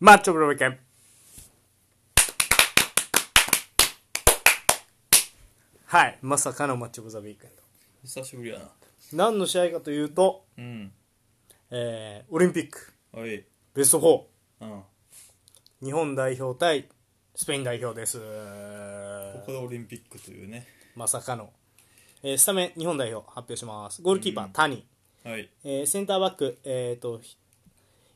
マッチョブロメケン。はい、まさかのマッチョブザウィークエン久しぶりやなド。何の試合かというと、うんえー、オリンピック、おいベストうん4、日本代表対スペイン代表です。ここでオリンピックというねまさかの。えー、スタメン日本代表発表します。ゴールキーパー、谷。はいえーセンターバック、えー、とひ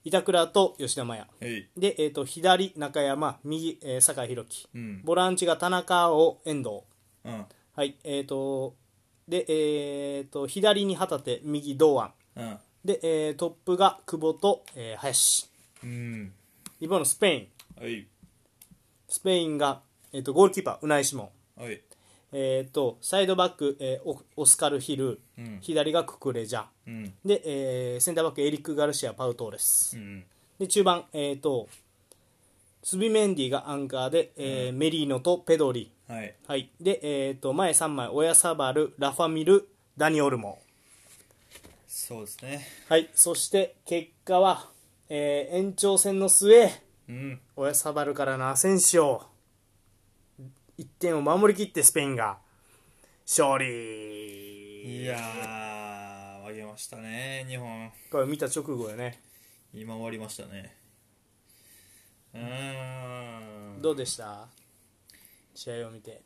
板倉と吉田麻也はいで、えー、と左、中山右、えー酒井宏樹、うんボランチが田中を遠藤、うんはいえー、とでえー、と左に旗手右、堂安うんで、えートップが久保と、えー林うん一方のスペインはいスペインが、えー、とゴールキーパー、ウナイシモン、はいえー、とサイドバック、えーオオスカル・ヒル、うん左がククレジャうんで、えーセンターバックエリック・ガルシア、パウトーレス。うんで中盤、えー、とスビメンディがアンカーで、えーメリーノとペドリ、はいはいでえー、と前3枚オヤサバルラファミルダニオルモ、そうですねはい、そして結果は、えー延長戦の末うんオヤサバルからのアセンシオ1点を守りきってスペインが勝利いやーあげましたね日本これ見た直後よね今終わりましたねうーんどうでした試合を見て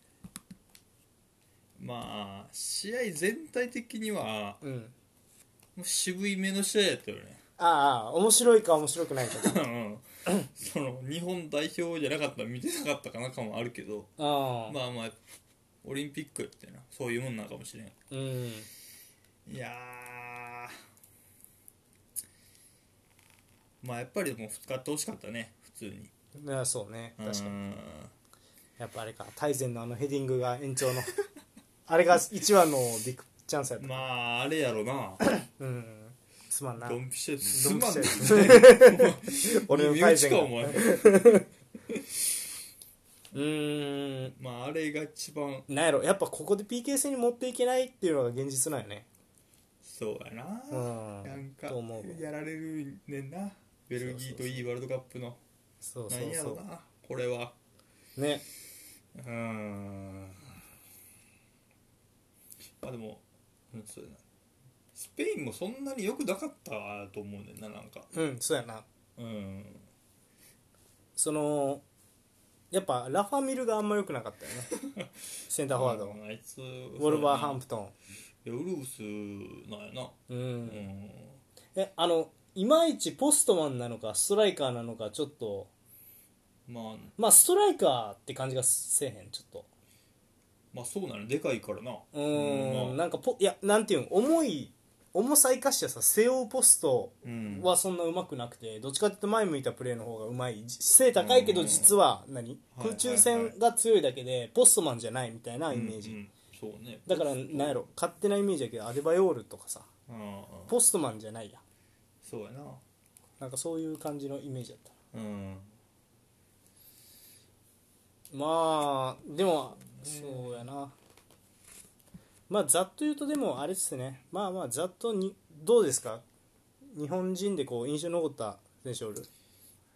まあ試合全体的にはうんもう渋い目の試合やったよねああ面白いか面白くないかうんその日本代表じゃなかったら見てなかったかな感もあるけど ああ、 まあまあオリンピックってなそういうもんなんかもしれんうんいやーまあやっぱりもう使ってほしかったね普通にいやそうね確かににやっぱあれか大前のあのヘディングが延長のあれが一番のビッグチャンスやった、まああれやろ なうんすまんなドンピシャすまんドねンピシ俺俺のの大前が大前がうお前ーんまああれが一番なんやろやっぱここで PK 戦に持っていけないっていうのが現実なんよねそうやなうんなんかと思うやられるねんなベルギーといいワールドカップのそうそなんうやろそなこれはうねうーんまあでも、うん、そうやなスペインもそんなによくなかったと思うねんななんかうんそうやなうんそのやっぱラファミルがあんま良くなかったよね センターフォワード、うんあいつウウォルバーハンプトいやウルフスなんやなンううんんえあのいまいちポストマンなのかストライカーなのかちょっとまあまあストライカーって感じがせえへんちょっとまあそうなのでかいからなうーん、うんまあなんかポいやなんていうん重い重さ生かしてさ背負うポストうんはそんなうまくなくてどっちかっていうと前向いたプレーの方がうまいじ背高いけど実は何はいはい空中戦が強いだけでポストマンじゃないみたいなイメージ、うんうんそうねだからなんやろ勝手なイメージやけどアデバヨールとかさうんうんポストマンじゃないやそうやななんかそういう感じのイメージだったうんまあでもそうやなまあざっと言うとでもあれですねまあまあざっとにどうですか日本人でこう印象に残った選手おる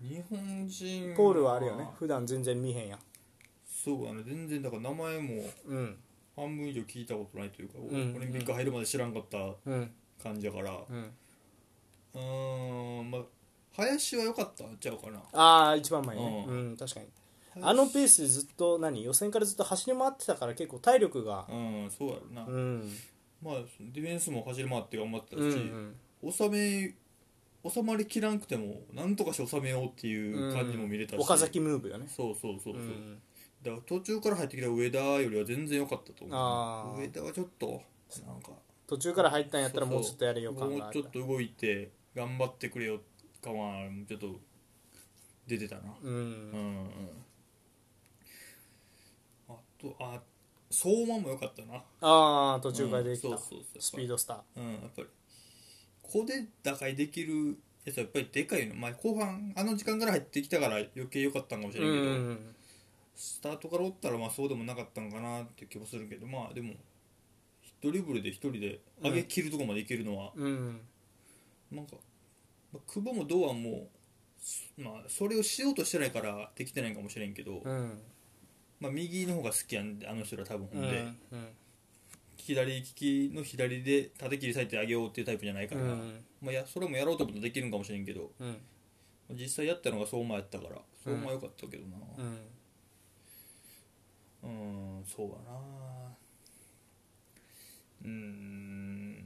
日本人ポールはあるよね普段全然見へんやそうやね全然だから名前もうん半分以上聞いたことないというか、んうんオリンピック入るまで知らんかったうん感じやからうんうーんまあ林は良かったんちゃうかなああ一番前ねう、うん確かにあのペースでずっと何予選からずっと走り回ってたから結構体力がうんそうやろな、うんまあディフェンスも走り回って頑張ってたし、うんうん収め収まりきらんくてもなんとかして収めようっていう感じも見れたし、岡崎ムーブよねそうそうそうそう、うんだから途中から入ってきた上田よりは全然良かったとあ思うー上田はちょっとなんか途中から入ったんやったらもうちょっとやれよも感があうちるょっと動いて頑張ってくれよ感はちょっと出てたなううんんうんあとあ相馬も良かったなああ途中から出てきた、うんそうそうそうスピードスターうんやっぱりここで打開できるやつはやっぱりでかいの、まあ、後半あの時間から入ってきたから余計良かったんかもしれんけど、うんスタートからおったらまあそうでもなかったんかなって気もするけどまあでもドリブルで一人で上げ切るとこまでいけるのは、うんなんか、まあ久保も堂安もまあそれをしようとしてないからできてないかもしれんけど、うんまあ、右の方が好きやんであの人ら多分うほんで、んうん左利きの左で縦切り裂いてあげようっていうタイプじゃないから、うんまあ、やそれもやろうと思ったらできるんかもしれんけどうん実際やったのが相馬やったから相馬良かったけどなうんうんんそうだなうーん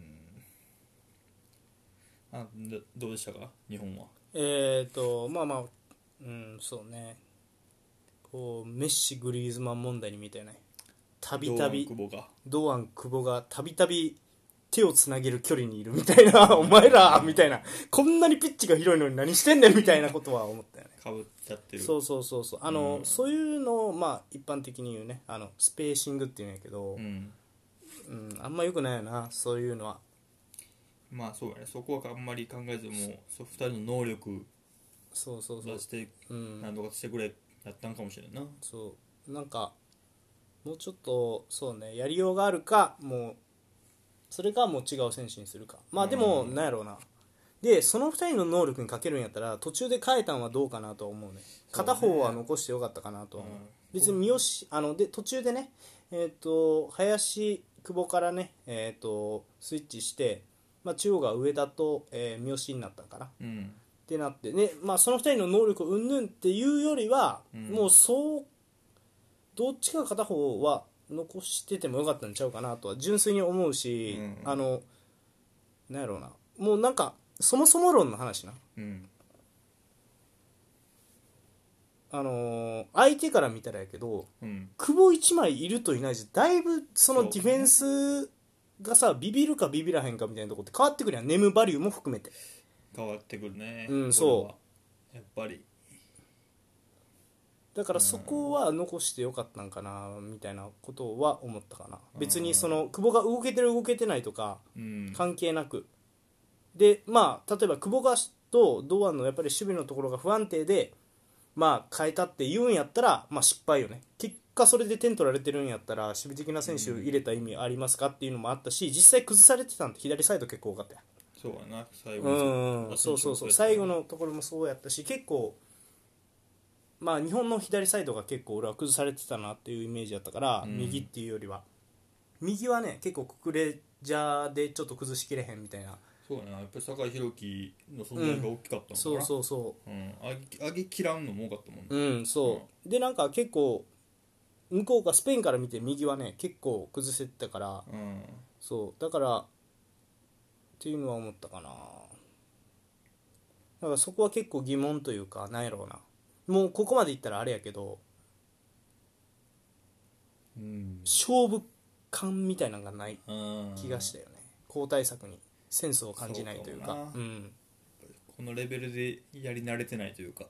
あどどうでしたか日本はえっ、ー、とまあまあうんそうねこうメッシグリーズマン問題にみたいなたびたび堂安久保が堂安久保がたびたび手をつなげる距離にいるみたいな お前らみたいなこんなにピッチが広いのに何してんねんみたいなことは思ったよねかぶっちゃってるそうそうそうそうあの、うんそういうのをまあ一般的に言うねあのスペーシングっていうんやけど、うんうんあんまよくないよなそういうのはまあそうやねそこはあんまり考えずもうそう2人の能力そうそうそう出してうん何とかしてくれやったんかもしれんなそうなんかもうちょっとそうねやりようがあるかもうそれかもう違う選手にするかまあでもうんなんやろうなでその2人の能力にかけるんやったら途中で変えたんはどうかなとは思うね片方は残してよかったかなとは思う、うん別に三好あので途中でねえっ、と林久保からねえっ、とスイッチして、まあ、中央が上田と、えー三好になったんかなうんってなってね、まあ、その2人の能力云々っていうよりは、うんもうそうどっちか片方は残しててもよかったんちゃうかなとは純粋に思うし、うんあのなんやろうなもうなんかそもそも論の話な、うんあのー相手から見たらやけどうん久保1枚いるといないじゃだいぶそのディフェンスがさ、ビビるかビビらへんかみたいなとこって変わってくるやんネームバリューも含めて変わってくるねうんそうやっぱりだからそこは残してよかったんかなみたいなことは思ったかな別にその久保が動けてる動けてないとかうん関係なくでまあ例えば久保がと堂安のやっぱり守備のところが不安定でまあ変えたって言うんやったらまあ失敗よね結果それで点取られてるんやったら守備的な選手入れた意味ありますかっていうのもあったし実際崩されてたんって左サイド結構多かったやんそうやな最後うんそうそうそう最後ののところもそうやったし結構まあ日本の左サイドが結構俺は崩されてたなっていうイメージだったから、うん右っていうよりは右はね結構ククレジャーでちょっと崩しきれへんみたいなそうやなやっぱり酒井宏樹の存在が大きかったのかなそうそうそうん上げ上げきらんのも多かったもんねううんそう、でなんか結構向こうがスペインから見て右はね結構崩せてたからうんそうだからっていうのは思ったかなだからそこは結構疑問というかなんやろうなもうここまでいったらあれやけどうん勝負感みたいなのがないうん気がしたよね交代策にセンスを感じないというそかうかもなうんこのレベルでやり慣れてないというか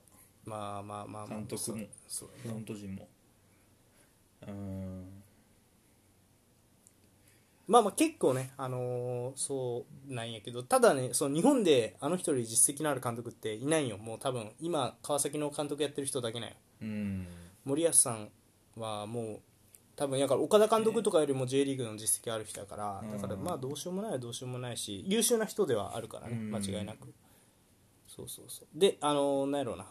まあまあまあまあ監督もそうフロント陣もうんまあまあ結構ね、あのーそうなんやけどただねその日本であの人より実績のある監督っていないよもう多分今川崎の監督やってる人だけなんようん森保さんはもう多分やから岡田監督とかよりも J リーグの実績ある人だから、うんだからまあどうしようもないはどうしようもないし優秀な人ではあるからねうん間違いなく、そうそうそうであのなんやろうな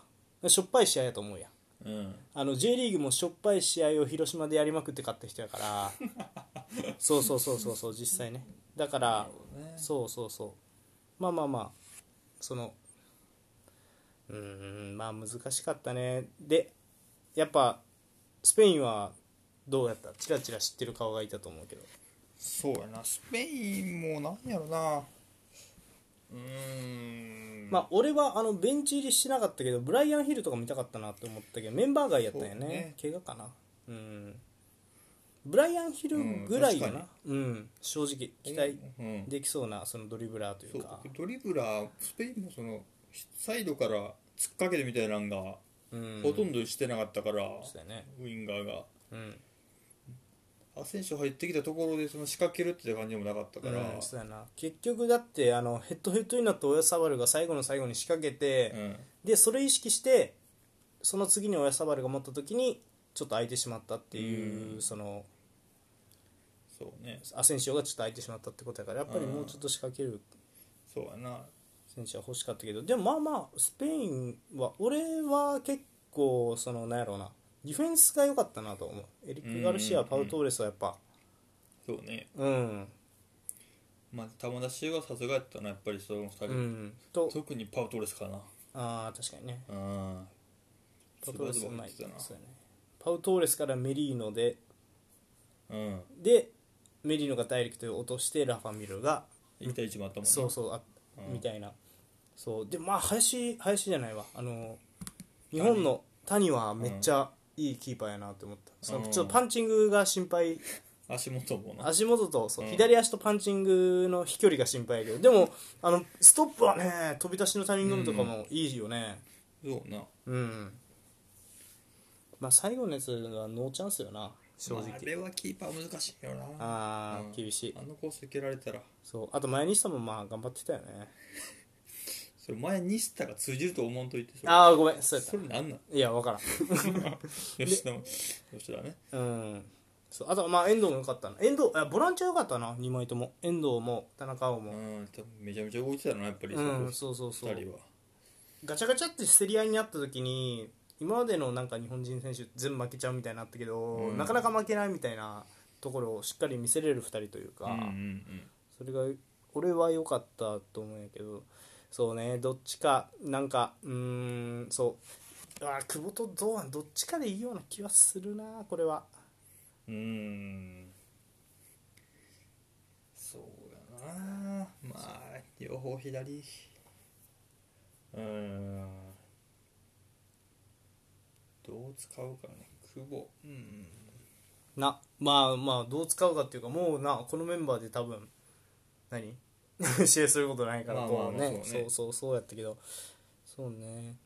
しょっぱい試合やと思うやんうんあの J リーグもしょっぱい試合を広島でやりまくって勝った人やから そうそうそうそうそう実際ねだからそうそうそうまあまあまあそのうーんまあ難しかったねでやっぱスペインはどうやったチラチラ知ってる顔がいたと思うけどそうやなスペインもなんやろなうんまあ俺はあのベンチ入りしてなかったけどブライアン・ヒルとか見たかったなって思ったけどメンバー外やったんやねそうね怪我かなうんブライアン・ヒルぐらいやなうん、正直期待うんできそうなそのドリブラーといそううかドリブラースペインもそのサイドから突っかけてみたいなのがうんほとんどしてなかったから、そうだよねウインガーがうんアセンション入ってきたところでその仕掛けるって感じでもなかったから、うん、そうやな結局だってあのヘッドヘッドになった親サバルが最後の最後に仕掛けて、うんでそれ意識してその次に親サバルが持った時にちょっと空いてしまったっていう、うんそのそうねアセンシオがちょっと空いてしまったってことやからやっぱりもうちょっと仕掛けるそうやな選手は欲しかったけどでもまあまあスペインは俺は結構そのなんやろうなディフェンスが良かったなと思うエリック・ガルシうアんパウ・トーレスはやっぱそうねうんまあ球出しがさすがやったなやっぱりその2人、うんと特にパウトレスかなああ確かにねうんパウ・トーレスうまいズバズバ入ってたなそうやねパウ・トーレスからメリーノでうんでメリーノがダイレクトで落としてラファ・ミルが1対1もあったもんねそうそうあ、うんみたいなそうでまあ林林じゃないわあの日本の谷はめっちゃいいキーパーやなって思った、そのちょっとパンチングが心配足元もな足元とそう、うん左足とパンチングの飛距離が心配やけどでもあのストップはね飛び出しのタイミングとかもいいよねそうなうん、まあ最後のやつはノーチャンスよな正直まああれはキーパー難しいよなああ、うん厳しいあのコース蹴られたらそうあと前西さんもまあ頑張ってたよねそれ前ニスタが通じると思わんといてそれああごめんそうやっそれな ん なたんいや分からん吉田も吉田ねうんそうあとはまあ遠藤も良かったな遠藤あボランチは良かったな2枚とも遠藤も田中碧うもん多分めちゃめちゃ動いてたのなやっぱりうこんそうそうそ二う人はガチャガチャって競り合いになった時に今までのなんか日本人選手全部負けちゃうみたいになったけど、うんなかなか負けないみたいなところをしっかり見せれる2人というか、うんうんそれが俺は良かったと思うんやけどそうねどっちかなんかうーんそうあー久保と堂安どっちかでいいような気はするなこれはうんうんそうやなまあ両方左うんどう使うかね久保うんなまあまあどう使うかっていうかもうなこのメンバーで多分何 試合することないからまあこうまあまあねそそうねうそうそうやったけどそうね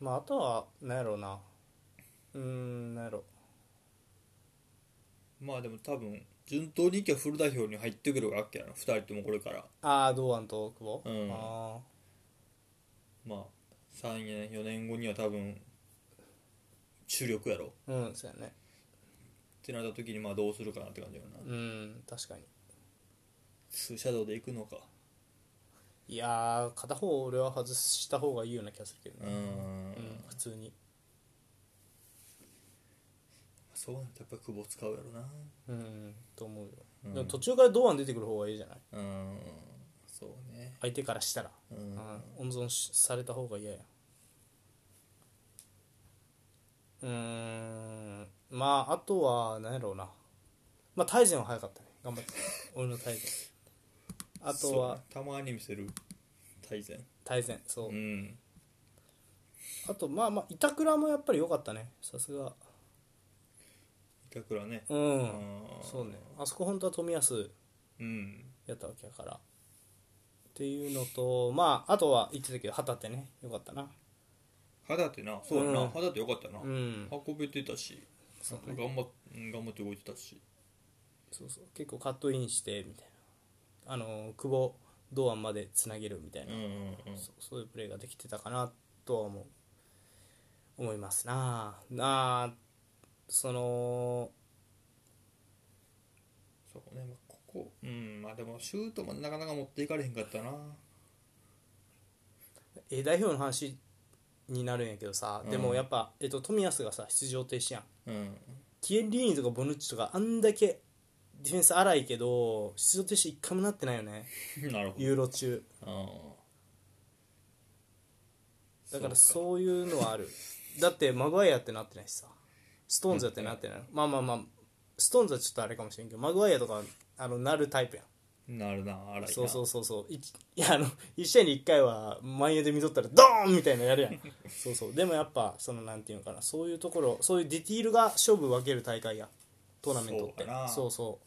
まああとはなんやろうなうーんなんやろまあでも多分順当にいけばフル代表に入ってくるわけやな2人ともこれからああ堂安と久保、うんあまあ3年4年後には多分主力やろっあうんそうやねてなった時にまあどうするかなって感じやなうん確かにツーシャドウで行くのかいやー片方俺は外した方がいいような気がするけうどね、ーんうん普通にそうなるとやっぱ久保使うやろなうんと思うよ、うんでも途中から堂安出てくる方がいいじゃないうーんそうね相手からしたらうんうん、温存しされた方が嫌やうーんまああとは何やろうなまあ大善は早かったね頑張 って俺の大善あとそうはねたまに見せる大前大善そう、うんあとまあまあ板倉もやっぱり良かったねさすが板倉ねうん、あーそうねあそこ本当は冨安うんやったわけやからっていうのとまああとは言ってたけど旗手ね良かったな肌ってなそうやな、うん肌ってよかったな、うん運べてたしそうね頑張っうん頑張って動いてたしそうそう結構カットインしてみたいなあの久保堂安までつなげるみたいうんな、うんうんそそういうプレーができてたかなとは思う思いますなあなあそのそうね、まあ、ここうんまあでもシュートもなかなか持っていかれへんかったなえ代表の話になるんやけどさ、でうもんやっぱ、えっと、冨安がさ出場停止やんうん キエリーニとかボヌッチとかあんだけディフェンス荒いけど出場停止一回もなってないよねなるほどユーロ中だからそうそういうのはあるだってマグワイアってなってないしさストーンズだってなってない、まあまあまあストーンズはちょっとあれかもしれんけどマグワイアとかあのなるタイプやんなるな荒いなそうそうそうそういい やあの1試合に1回は前で見とったらドーンみたいなのやるや んそうそうでもやっぱそのなんていうのかなそういうところそういうディティールが勝負分ける大会やトーナメントってそうかなそうそ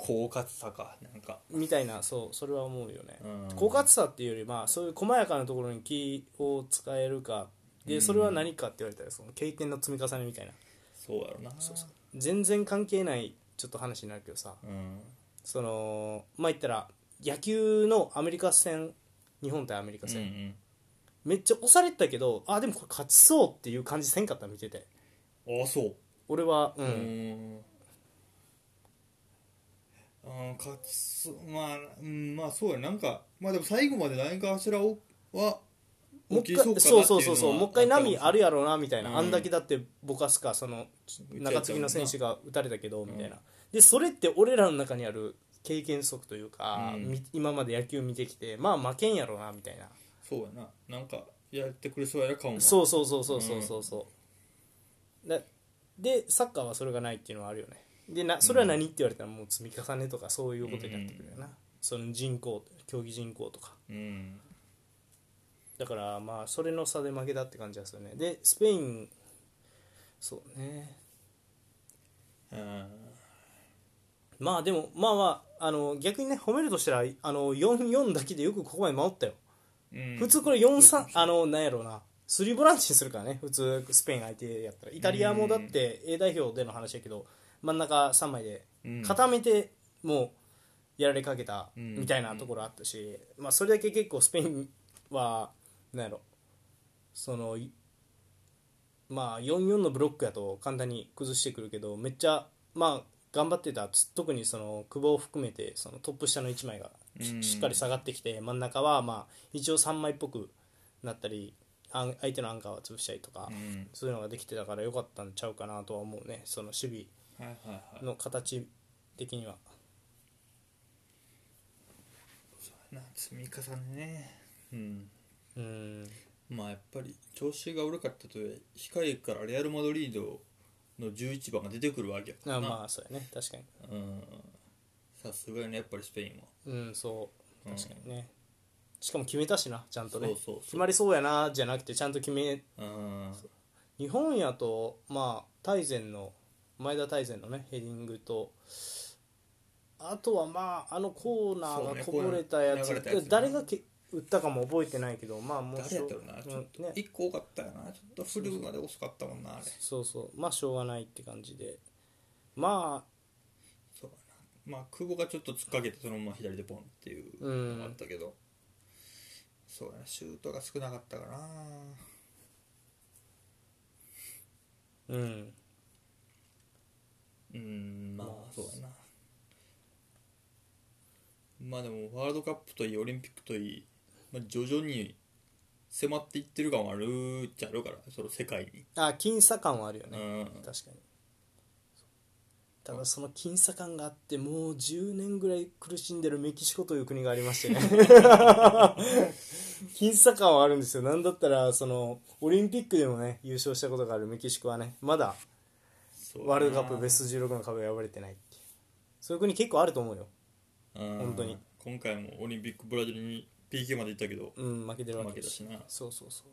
狡猾さかなんかうみたいなそうそれは思うよね、うん狡猾さっていうよりまあそういう細やかなところに気を使えるかでそれは何かって言われたらその経験の積み重ねみたいなそうやろなそうそう全然関係ないちょっと話になるけどさうんそのまあ言ったら野球のアメリカ戦日本対アメリカうんう戦、んめっちゃ押されてたけどあでもこれ勝ちそうっていう感じせんかった見ててああそう俺はう、うんんあうん勝ちそうまあ、うん、まあそうやなんかまあでも最後まで何かしらをはもう起一きそう回そうそうそうそうもう一回波あるややろうなみたいな、うんあんだけだってぼかすかその中継ぎの選手が打たれたけどみたいな、でそれって俺らの中にある経験則というか、うんみ今まで野球見てきてまあ負けんやろうなみたいな、そうやななんかやってくれそうやな顔もそうそうそうそうそうそうそうだでサッカーはそれがないっていうのはあるよねでなそれは何って言われたらもう積み重ねとかそういうことになってくるよな、その人口競技人口とかうんだからまあそれの差で負けたって感じですよねでスペインそうねうんまあでもまあまああの逆にね褒めるとしたらあの4-4だけでよくここまで守ったよ、うん普通これ4-3あのなんやろうな3ボランチにするからね普通スペイン相手やったらイタリアもだって A 代表での話やけど真ん中3枚でうん固めてもうやられかけたうんみたいなところあったし、まあ、それだけ結構スペインはなんやろそのいまあ44のブロックやと簡単に崩してくるけどめっちゃまあ頑張ってたつ特にその久保を含めてそのトップ下の1枚がし,、うんっかり下がってきて真ん中はまあ一応3枚っぽくなったりあん相手のアンカーは潰したりとか、うんそういうのができてたから良かったんちゃうかなとは思うねその守備はいはいはいの形的にはな積み重ねねうんうんまあやっぱり調子が悪かったとはいえ控えからレアル・マドリードの11番が出てくるわけやかあらなまあそうやね確かにうんさすがにねやっぱりスペインはうんそううん確かにね、しかも決めたしなちゃんとねそうそうそう決まりそうやなじゃなくてちゃんと決めうん日本やとまあ大善の前田大善のねヘディングとあとはまああのコーナそうーねがこぼれたやつ,、コーナー流れたやつね誰がけ打ったかも覚えてないけどまあもう誰やったろなちょっうんねと一個多かったよなちょっとフルまで遅かったもんなあれそうそうまあしょうがないって感じでまあそうやなまあ久保がちょっと突っかけてそのまま左でポンっていううんのがあったけどそうやなシュートが少なかったかなうんうんまあまあそうやなまあでもワールドカップといいオリンピックといい、まあ、徐々に迫っていってる感はあるっちゃあるからその世界に、あ僅差感はあるよね、う確んかにただその僅差感があってもう10年ぐらい苦しんでるメキシコという国がありましてね 僅差感はあるんですよなんだったらそのオリンピックでもね優勝したことがあるメキシコはねまだそうやなワールドカップベスト16の壁は破れてないっていうそういう国結構あると思うよ本当に今回もオリンピックブラジルに PK まで行ったけどうん負けてるわけ負けだたししなそうそうそう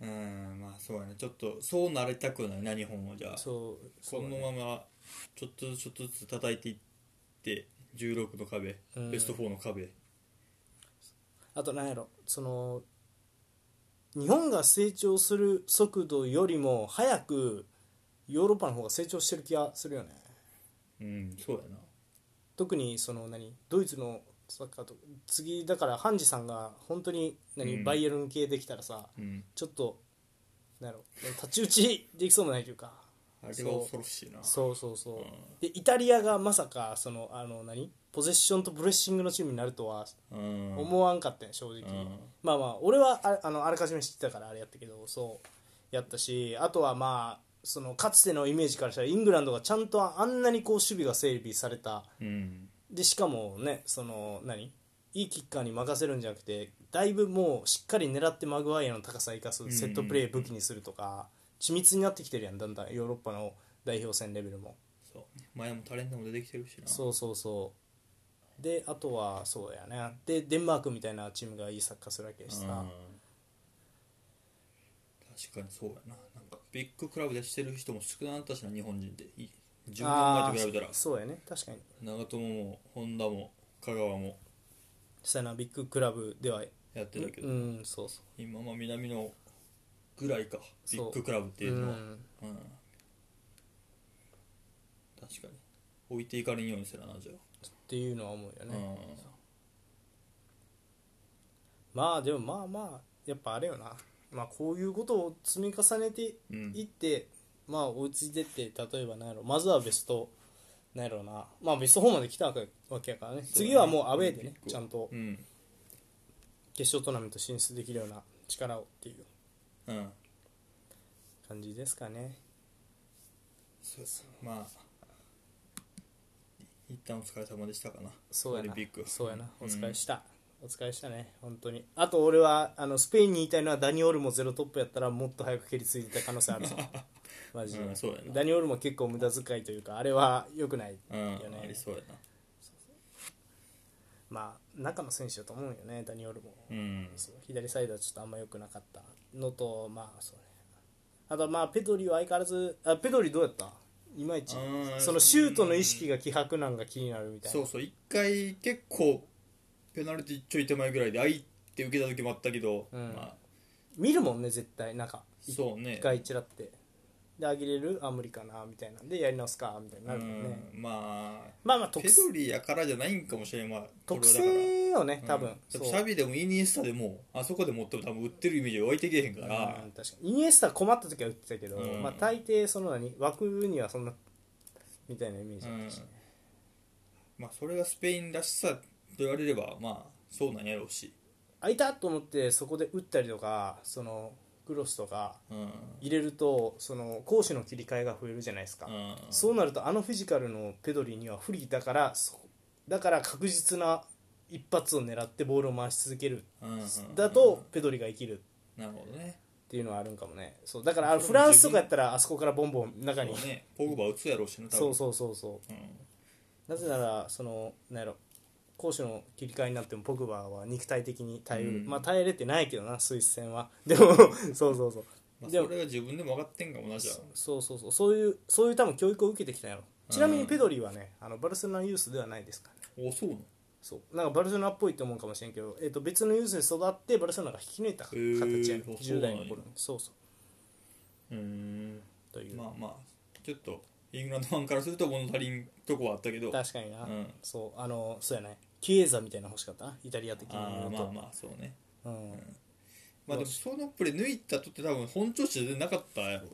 うんまあそうやねちょっとそうなりたくないな日本はじゃあそうそうこだのねままちょっとずつちょっとずつ叩いていって16の壁うんベスト4の壁あとなんやろその日本が成長する速度よりも早くヨーロッパの方が成長してる気がするよねうんそうやな特にその何ドイツのサッカーと次だからハンジさんが本当に何、うんバイエルン系できたらさうんちょっとなんやろ太刀打ちできそうもないというかあれそうは恐ろしいなそうそうそう、うんでイタリアがまさかそのあの何ポゼッションとブレッシングのチームになるとはうん思わんかったよ正直、うんまあまあ俺はああのあらかじめ知ってたからあれやったけどそうやったしあとはまあそのかつてのイメージからしたらイングランドがちゃんとあんなにこう守備が整備されたうんでしかもねその何いいキッカーに任せるんじゃなくてだいぶもうしっかり狙ってマグワイアの高さを生かすんセットプレー武器にするとか緻密になってきてるやんだんだんヨーロッパの代表戦レベルもそう前もタレントも出てきてるしなそうそうそうであとはそうやねでデンマークみたいなチームがいいサッカーするわけうでんしさ、確かにそうやななんかビッグクラブでしてる人も少なかったしな日本人でい10あ年前と比べたらーそうやね確かに長友も本田も香川もそうやなビッグクラブではやってたけど、うんそうそ今まあ南のぐらいかビそうッグクラブってう、いううのは、ん、うん確かに置いていかれんようにするなじゃっていうのは思うよあ、ね、まあでもまあまあやっぱあれよな、まあ、こういうことを積み重ねてうん、うんいって、まあ追いついてって例えばなんやろまずはベストなんやろうなまあベスト4まで来たわけやからね次はもうアウェーでねちゃんとうん、決勝トーナメント進出できるような力をっていううん、感じですかねそうそうまあ一旦お疲れ様でしたかなそうやなオリンピックそうやなお疲れした、お疲れしたね本当にあと俺はあのスペインに言いたいのはダニオルもゼロトップやったらもっと早く蹴りついてた可能性あ るぞマジで、うんそうやなダニオルも結構無駄遣いというかあれは良くないうん、よねありそうやなまあ中の選手だと思うよねダニオルも、うんそう左サイドはちょっとあんま良くなかったのとまあそうねあとまあペドリは相変わらずあペドリどうやったいまいちうーんそのシュートの意識が希薄なんが気になるみたいなそうそう一回結構ペナルティちょい手前ぐらいであいって受けた時もあったけど、うんまあ見るもんね絶対なんかそうね一回ちらってであげれるあ無理かなみたいなんでやり直すかみたいになるもんねうんまあまあまあ特ペドリやからじゃないんかもしれんまあ特これ性よねはだ多から分、うんシそうャビでもイニエスタでもあそこで持っても多分売ってるイメージ湧いてけへんかうんら、確かにイニエスタ困った時は打ってたけど、うんまあ大抵その何枠にはそんなみたいなイメージだったしね、まあそれがスペインらしさと言われればまあそうなんやろうし、空いたと思ってそこで打ったりとかそのクロスとかうん入れるとその攻守の切り替えが増えるじゃないですか、うんそうなるとあのフィジカルのペドリには不利だからそだから確実な一発を狙ってボールを回し続けるうんうんだとペドリが生きるなるほどねっていうのはあるんかもねそうだからあのフランスとかやったらあそこからボンボン中にそうねポグバ打つやろうしな多分そうそうそうそううん、なぜならそのなんやろ攻守の切り替えになってもポグバは肉体的に耐える、うんまあ耐えれてないけどなスイス戦は でもそうそうそう、まあ、でそもれが自分でも分かってんかもなじゃあそうそうそうそういうそういう多分教育を受けてきたんやろちなみにペドリはねあのバルセロナユースではないですから、ね、おそうなのそうなんかバルセロナっぽいと思うかもしれんけど、えっと別のユースに育ってバルセロナが引き抜いたへー形やね、あそう10なん代やの頃にそうそううーんという、まあまあちょっとイングランドファンからすると物足りんとこはあったけど確かにな、うんそうあのそうやねキエザみたいなの欲しかったなイタリア的にあ言あうまとあまあそうねうんまあでもそのプレー抜いたとって多分本調子でなかったやろ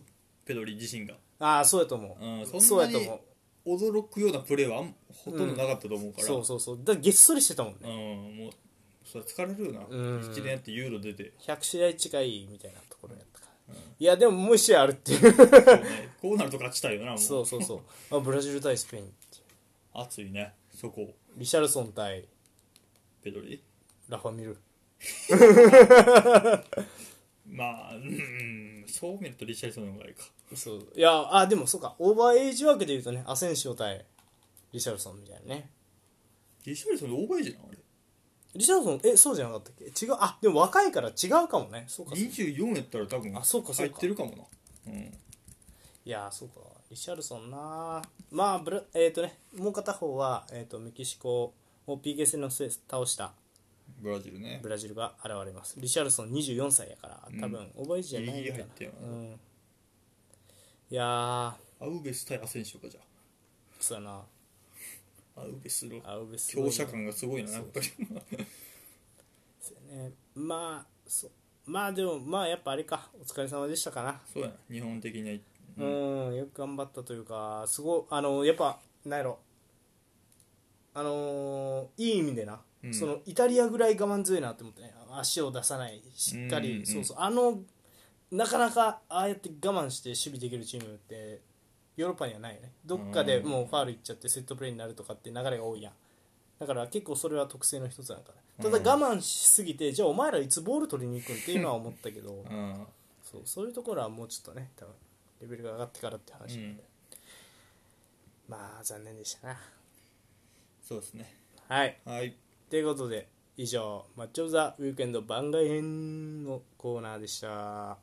ペドリ自身がああそうやと思う、うんそうそんなやにと思う驚くようなプレーはあんほとんどなかったと思うから、そうそうそうだからげっそりしてたもんね、うんもうそれ疲れるよな、うん一年やってユーロ 出て、 100試合近いみたいなところやったから、うんいやでももう1試合あるっていうそうねこうなると勝ちたいよなもうそうそうそう、ま あ、ブラジル対スペインっていう熱いねそこリシャルソン対ペドリラファミルまあうんそう見るとリシャリソンの方がいいかそういやあでもそうかオーバーエイジ枠でいうとねアセンシオ対リシャルソンみたいなねリシャリソンのオーバーエイジなのあれリシャルソンえそうじゃなかったっけ違うあでも若いから違うかもねそうかそうか24やったら多分あそうかそう入っかてるかもなうんいやーそうかリシャルソンなーまあブラえっ、とねもう片方は、えー、とメキシコを PK 戦の末倒したブラジルねブラジルが現れますリシャルソン24歳やから多分覚えじゃないギリギリんだ入っなてるようなんいやーアウベス対アセンシオかじゃそうやなあアウベスのアウベス強者感がすごいなやっぱり そうやねまあそうまあでもまあやっぱあれかお疲れ様でしたかなそうやな日本的にはうん、よく頑張ったというかすごいあのやっぱなんやろあのーいい意味でな、うんそのイタリアぐらい我慢強いなって思ってね足を出さないしっかり、うんうんうんそうそうあのなかなかああやって我慢して守備できるチームってヨーロッパにはないよねどっかでもうファールいっちゃってセットプレーになるとかって流れが多いやんだから結構それは特性の一つなんかなただ我慢しすぎて、じゃあお前らいつボール取りに行くんっていうのは思ったけど、うんそうそういうところはもうちょっとね多分レベルが上がってからって話なんで、まあ残念でしたなそうですねはいはいということで以上「マッチョ・オブ・ザ・ウィークエンド番外編」のコーナーでした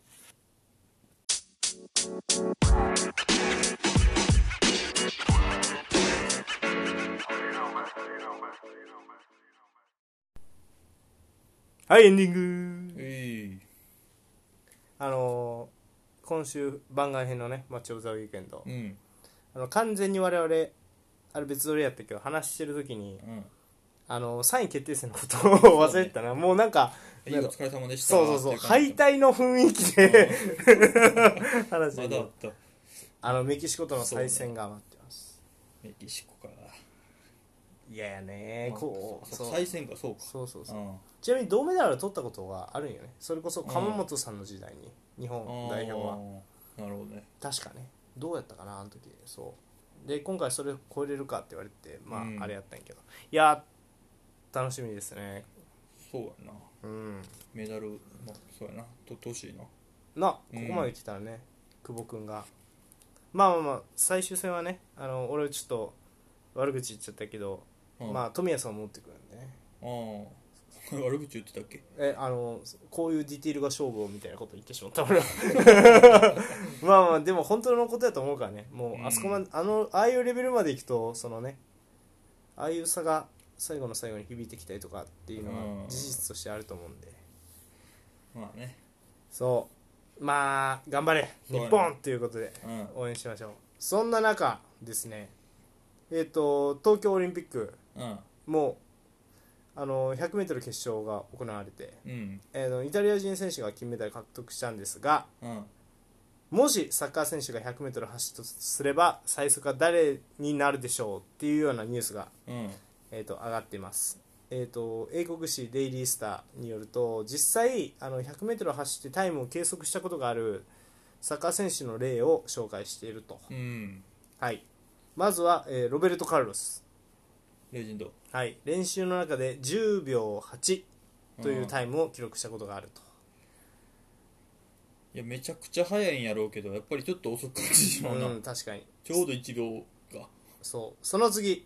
はいエンディングえいあのー今週番外編のね「マッチ・オブ・ザ・ウィークエンド」うんあの完全に我々あれ別撮りやったけど話してる時にうんあの3位決定戦のことを忘れてたな、もうなんかいいお疲れ様でしたそうそうそうって感じ敗退の雰囲気で話して まるだあったあのメキシコとの再戦が待ってます、メキシコかいややねこうそうそう再戦かそうかそうそうそううんちなみに銅メダルを取ったことがあるんよねそれこそ鎌本さんの時代に日本代表はあーなるほどね確かねどうやったかなあの時そうで今回それ超えれるかって言われてまあ、うんあれやったんやけどいや楽しみですねそうやなうんメダルもそうやな取ってほしいななこうんこまで来たらね、久保君がまあまあまあ最終戦はねあの俺ちょっと悪口言っちゃったけど、うんまあ富谷さんを持ってくるんでねあー 悪口言ってたっけえあのこういうディティールが勝負をみたいなこと言ってしま った俺はまあまあでも本当のことやと思うからねもうあそこまで、あのああいうレベルまでいくとそのねああいう差が最後の最後に響いてきたりとかっていうのはうん事実としてあると思うんで、まあねそうまあ頑張れそ日うやね本ということでうん応援しましょうそんな中ですねえっ、と東京オリンピックうんもうあの 100m 決勝が行われてうんえーのイタリア人選手が金メダル獲得したんですがうんもしサッカー選手が 100m 走ったとすれば最速は誰になるでしょうっていうようなニュースが、うんえー、と上がっています、えー、と英国紙デイリースターによると実際あの 100m 走ってタイムを計測したことがあるサッカー選手の例を紹介していると、うんはい、まずは、えーロベルト・カルロス、レジェンドはい、練習の中で10秒8というイタイムを記録したことがあると、いやめちゃくちゃ早いんやろうけどやっぱりちょっと遅く感じてしまうな、うん、確かにちょうど1秒かそうその次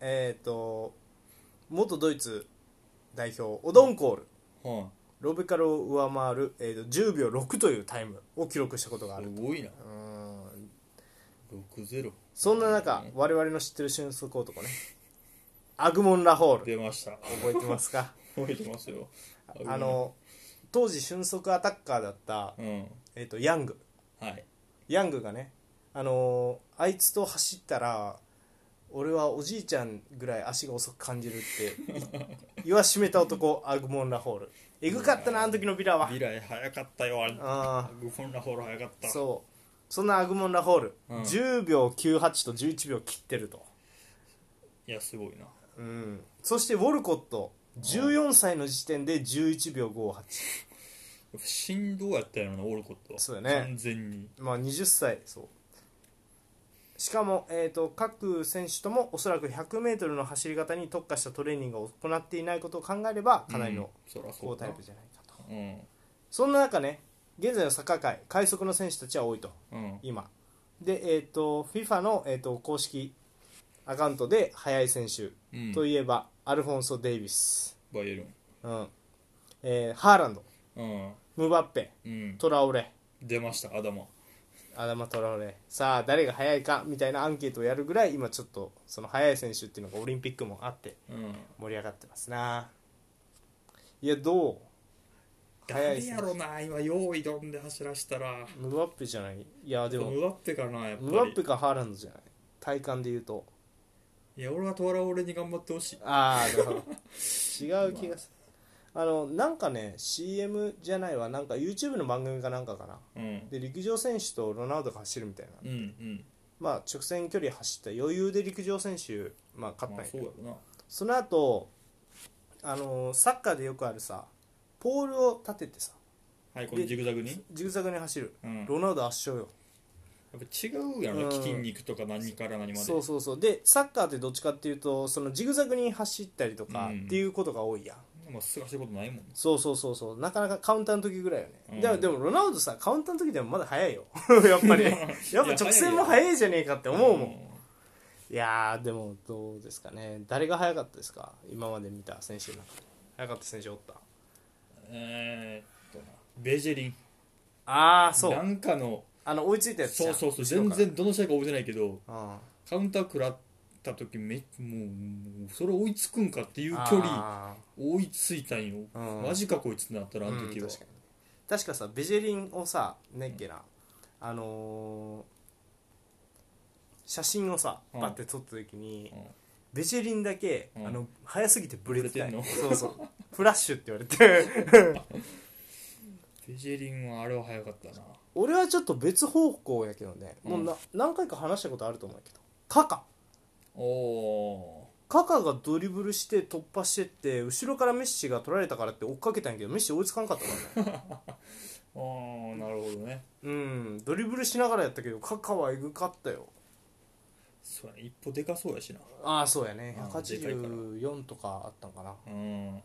えっ、と元ドイツ代表オドンコール、はロベカルを上回る、えー、と10秒6というタイムを記録したことがあいるすごいなうん60そんな中我々の知ってる俊足男ねアグモン・ラホール出ました覚えてますか覚えてますよ あの当時俊足アタッカーだった、うんえー、とヤングはいヤングがね、あのーあいつと走ったら俺はおじいちゃんぐらい足が遅く感じるって い言わしめた男アグモン・ラホールえぐかったなあの時のビラは未来早かったよあれあグフォンラホール早かったあそうそんなアグモン・ラホール、うん10秒98と11秒切ってると、いやすごいなうん、そしてウォルコット14歳の時点で11秒58振動やったよなオルコットはそうだね完全にまあ20歳そうしかも、えー、と各選手ともおそらく 100m の走り方に特化したトレーニングを行っていないことを考えればかなりうんのそらそ好うタだイプじゃないかと、うんそんな中ね現在のサッカー界快速の選手たちは多いとうん今で、えー、と FIFA の、えー、と公式アカウントで速い選手うんといえば、アルフォンソ・デイビス、バイエルンうんえーハーランドうんムバッペうんトラオレ出ましたアダマアダマトラオレさあ誰が速いかみたいなアンケートをやるぐらい今ちょっとその速い選手っていうのがオリンピックもあってうん盛り上がってますないやどう速い誰選や手ろな今用意どんで走らしたらムバッペじゃないいやでもムバッペかなやっぱりムバッペかハーランドじゃない体感で言うといや俺はトラオレに頑張ってほしいああなるほど違う気がするあのなんかね CM じゃないわなんか YouTube の番組かなんかかなうんで陸上選手とロナウドが走るみたいなうんうんまあ直線距離走った余裕で陸上選手まあ勝ったまんあやそけうどやろなその後あのーサッカーでよくあるさポールを立ててさはいこのジグザグにジグザグに走る、うんロナウド圧勝よ、やっぱ違うやろなうん筋肉とか何から何までそうそうそうでサッカーってどっちかっていうとそのジグザグに走ったりとかうんっていうことが多いやん、まあすがしたことないもんなそうそうそうそうなかなかカウンターの時ぐらいよね、うんでもでもロナウドさカウンターの時でもまだ早いよ やっぱ りやっぱ直線も早いじゃねえかって思うもん、いやーでもどうですかね誰が早かったですか今まで見た選手の中で早かった選手おったえーっとなベジェリンああそなうんかのあの追いついたやつじそゃうんそうそう後ろか全ら然どの試合か覚えてないけどあカウンター食らった時めもうもうそれ追いつくんかっていう距あ離あ追いついたんようんマジかこいつってなったーらあの時うはん確かに確かさベジェリンをさねっけな、あのー写真をさうんパッて撮った時に、うんベジェリンだけ、うんあの早すぎてブレてないブレてんそのうそうフラッシュって言われてベジェリンはあれは早かったな俺はちょっと別方向やけどね、もうな何回か話したことあると思うけどカカおおカカがドリブルして突破してって後ろからメッシが取られたからって追っかけたんやけどメッシ追いつかんかったからねあーなるほどねうんドリブルしながらやったけどカカはエグかったよそうやね一歩でかそうやしなああそうやねあーでかいから184とかあったんかなうん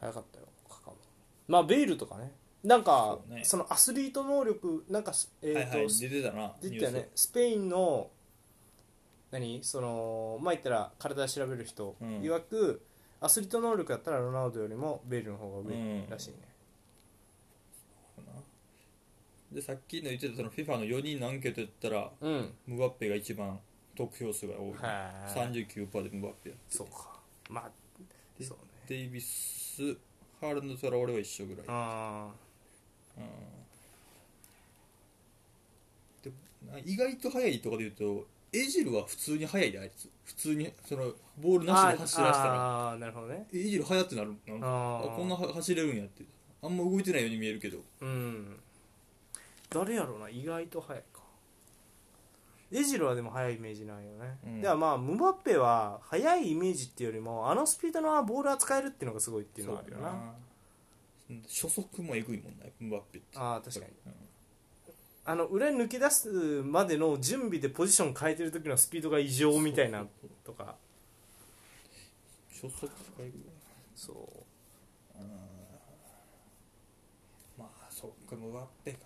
早かったよカカもまあベイルとかねなんかそうねそのアスリート能力なんかすえっ、はいと、はい出てたな出てたよねスペインの何そのまあ言ったら体調べる人、うんいわくアスリート能力だったらロナウドよりもベイルの方が上うんらしいね、ニュースかなでさっきの言ってたその FIFA の4人のアンケートやったらうん、ムバッペが一番得票数が多いはい39%でムバッペやそうかまあでそうねデイビスハーランドとラオレは一緒ぐらいあでな意外と速いとかで言うとエジルは普通に速いであいつ普通にそのボールーなしで走らせたらあーあーなるほどねエジル速ってなるなんかあああこんなは走れるんやってあんま動いてないように見えるけどうん誰やろうな意外と速いかエジロはでも速いイメージなんよね、うんではまあムバッペは速いイメージっていうよりもあのスピードのボール扱えるっていうのがすごいっていうのがあるよなそうやな初速もえぐいもんねムバッペってああ確かにうんあの裏抜け出すまでの準備でポジション変えてる時のスピードが異常みたいなとか初速がえぐいそうまあそっかムバッペか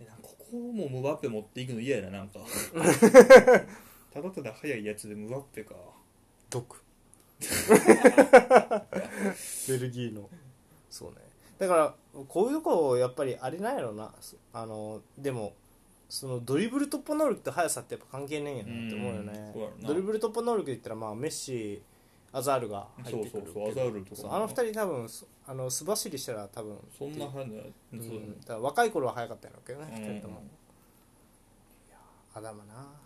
えなんかここもムバッペ持っていくの嫌やななん かただただ速いやつでムバッペか毒ベルギーのそうねだからこういうとこやっぱりあれなんやろなそあのでもそのドリブル突破能力と速さってやっぱ関係ねえんやなって思うよねうんそうやろなドリブル突破能力で言ったらまあメッシアザールが入ってくるけどそうそうそうアザールとかもそうあの二人多分そあの素走りしたら多分そんな速いのやうそんうだねだから若い頃は速かったんやろうけどねうん二人ともアダマな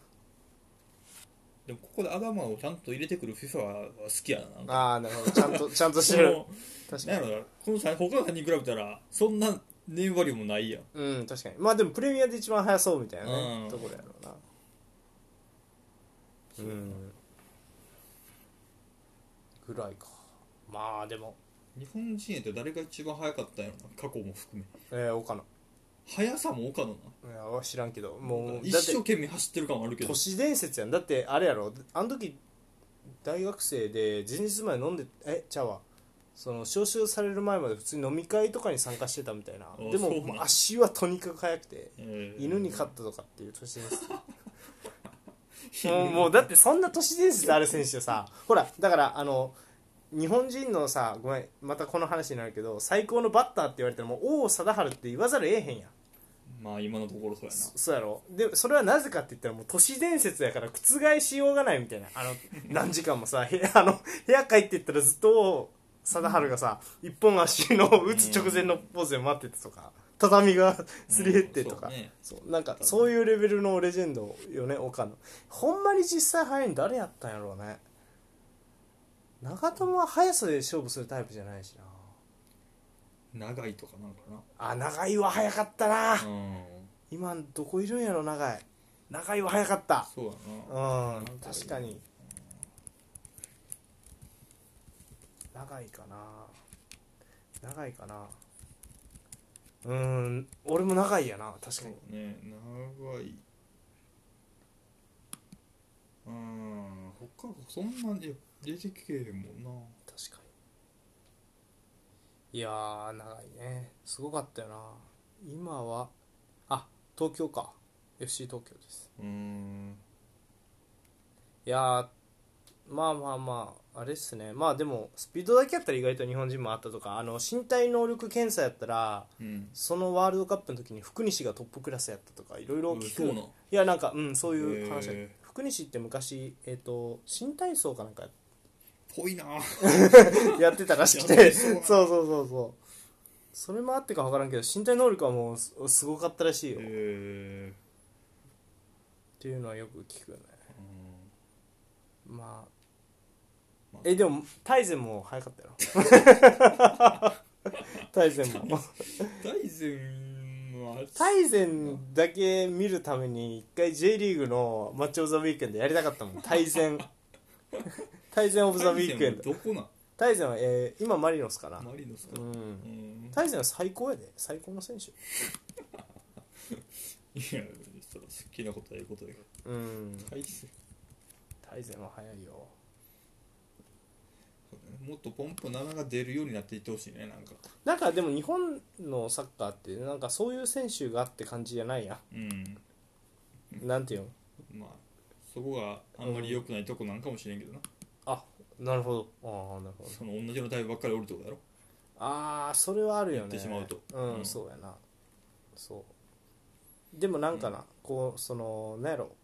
でもここでアダマをちゃんと入れてくる FIFA は好きやななんかああーなるほどちゃんとちゃんとしてそるの確かなんにやろなこの3他の3人に比べたらそんな粘りもないやんうん確かにまあでもプレミアで一番速そうみたいなね、うんところやろうなうんぐらいかまあでも日本人やったら誰が一番速かったんやろな過去も含めえー、岡野速さも岡野いや知らんけどなもう一だって生懸命走ってる感はあるけど都市伝説やんだってあれやろあの時大学生で前日まで飲んでえちゃうわその招集される前まで普通に飲み会とかに参加してたみたいなあでそうもなんまあ足はとにかく速くてえー犬に 勝ったとかっていう都市伝説もうもうだってそんな都市伝説ある選手さほらだからあの日本人のさごめんまたこの話になるけど最高のバッターって言われたらもう王貞治って言わざるええへんやんまあ今のところそうやなそそうやろでそれはなぜかって言ったらもう都市伝説やから覆しようがないみたいなあの何時間もさ部屋 あの部屋帰ってったらずっと王貞治がさ一本足の打つ直前のポーズで待ってたとか畳がすり減ってとか、うんそうねそうなんかそういうレベルのレジェンドよね岡野ほんまに実際速いの誰やったんやろうね長友は速さで勝負するタイプじゃないしな長いとかなんかなあ長いは速かったなうん今どこいるんやろ長い長いは速かったそうやなうん確かに長いかな長いかなうん俺も長いやな確かにね長いうん他そんなんで出てけえへんもんな確かにいやー長いねすごかったよな今はあ東京か FC 東京ですうんいやーまあまあまああれっすねまあでもスピードだけやったら意外と日本人もあったとかあの身体能力検査やったらうんそのワールドカップの時に福西がトップクラスやったとかいろいろ聞く、そうないやなんかうんそういう話だへー福西って昔、えー、と新体操かなんかやっぽいなやってたらしくやっててそそうそうだなうそうそうそれもあってか分からんけど身体能力はもうすすごかったらしいよ、っえていうのはよく聞くよねままああえでも大勢も早かった よ大勢も大然まあ大善だけ見るために一回 J リーグのマッチ・オブ・ザ・ウィークエンドやりたかったもん大 善大善オブ・ザ・ウィークエンドどこなん大善は、えー今マリノスかなマリノスかううんん大善は最高やで最高の選手いやそら好きなことはいうことだけどうん大勢大善は早いよもっとポンポン名前が出るようになっていってほしいねなんかなんかでも日本のサッカーってなんかそういう選手がって感じじゃないやうんんなんていうのまあそこがあんまり良くないとこなんかもしれんけどな、あなるほどああなるほどその同じのタイプばっかりおるってことだろああそれはあるよねやってしまうとうん、うんそうやなそうでもなんかな、こうそのなんやろ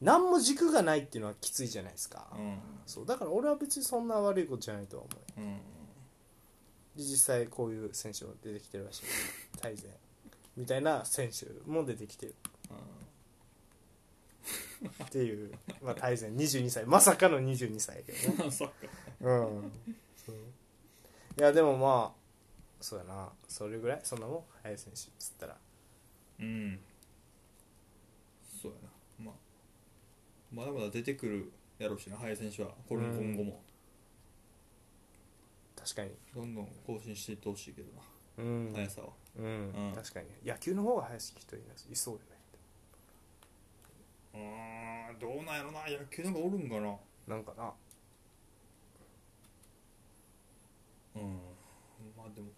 何も軸がないっていうのはきついじゃないですか、うそうだから俺は別にそんな悪いことじゃないとは思うんうんで実際こういう選手も出てきてるらしい大勢みたいな選手も出てきてるっていう、まあ、大勢22歳まさかの22歳やけどねうんサッカーうんそういやでもまあそうやなそれぐらいそんなもん早い選手っつったらうんそうやなまあまだまだ出てくるやろうしな早い選手はこれうん今後も確かにどんどん更新していってほしいけどな、うん、速さはうんうん確かに野球の方が早い人いますいそうよねうーんどうなんやろな野球なんかおるんかななんかなうんまあでも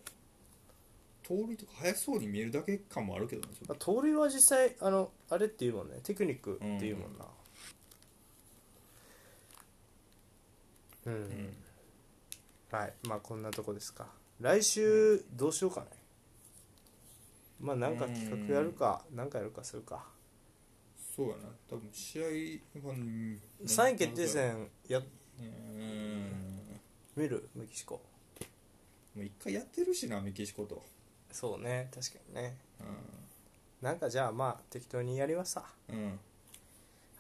盗塁とか速そうに見えるだけ感もあるけどなちょっまとあ盗塁は実際あのあれっていうもんねテクニックっていうもんなうん、うんはいまあこんなとこですか来週どうしようかね、まあなんか企画やるか、なんかやるかするかそうやな多分試合はうん3位決定戦やうん見るメキシコもう一回やってるしなメキシコとそうね確かにねうなんかじゃあまあ適当にやりますさん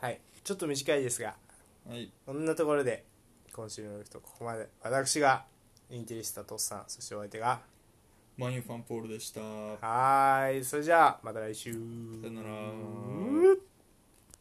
はいちょっと短いですがうんはいこんなところで今週のロフトここまで私がインテリスタトスさんそしてお相手がマンユーファンポールでしたはーいそれじゃあまた来週さよならうっ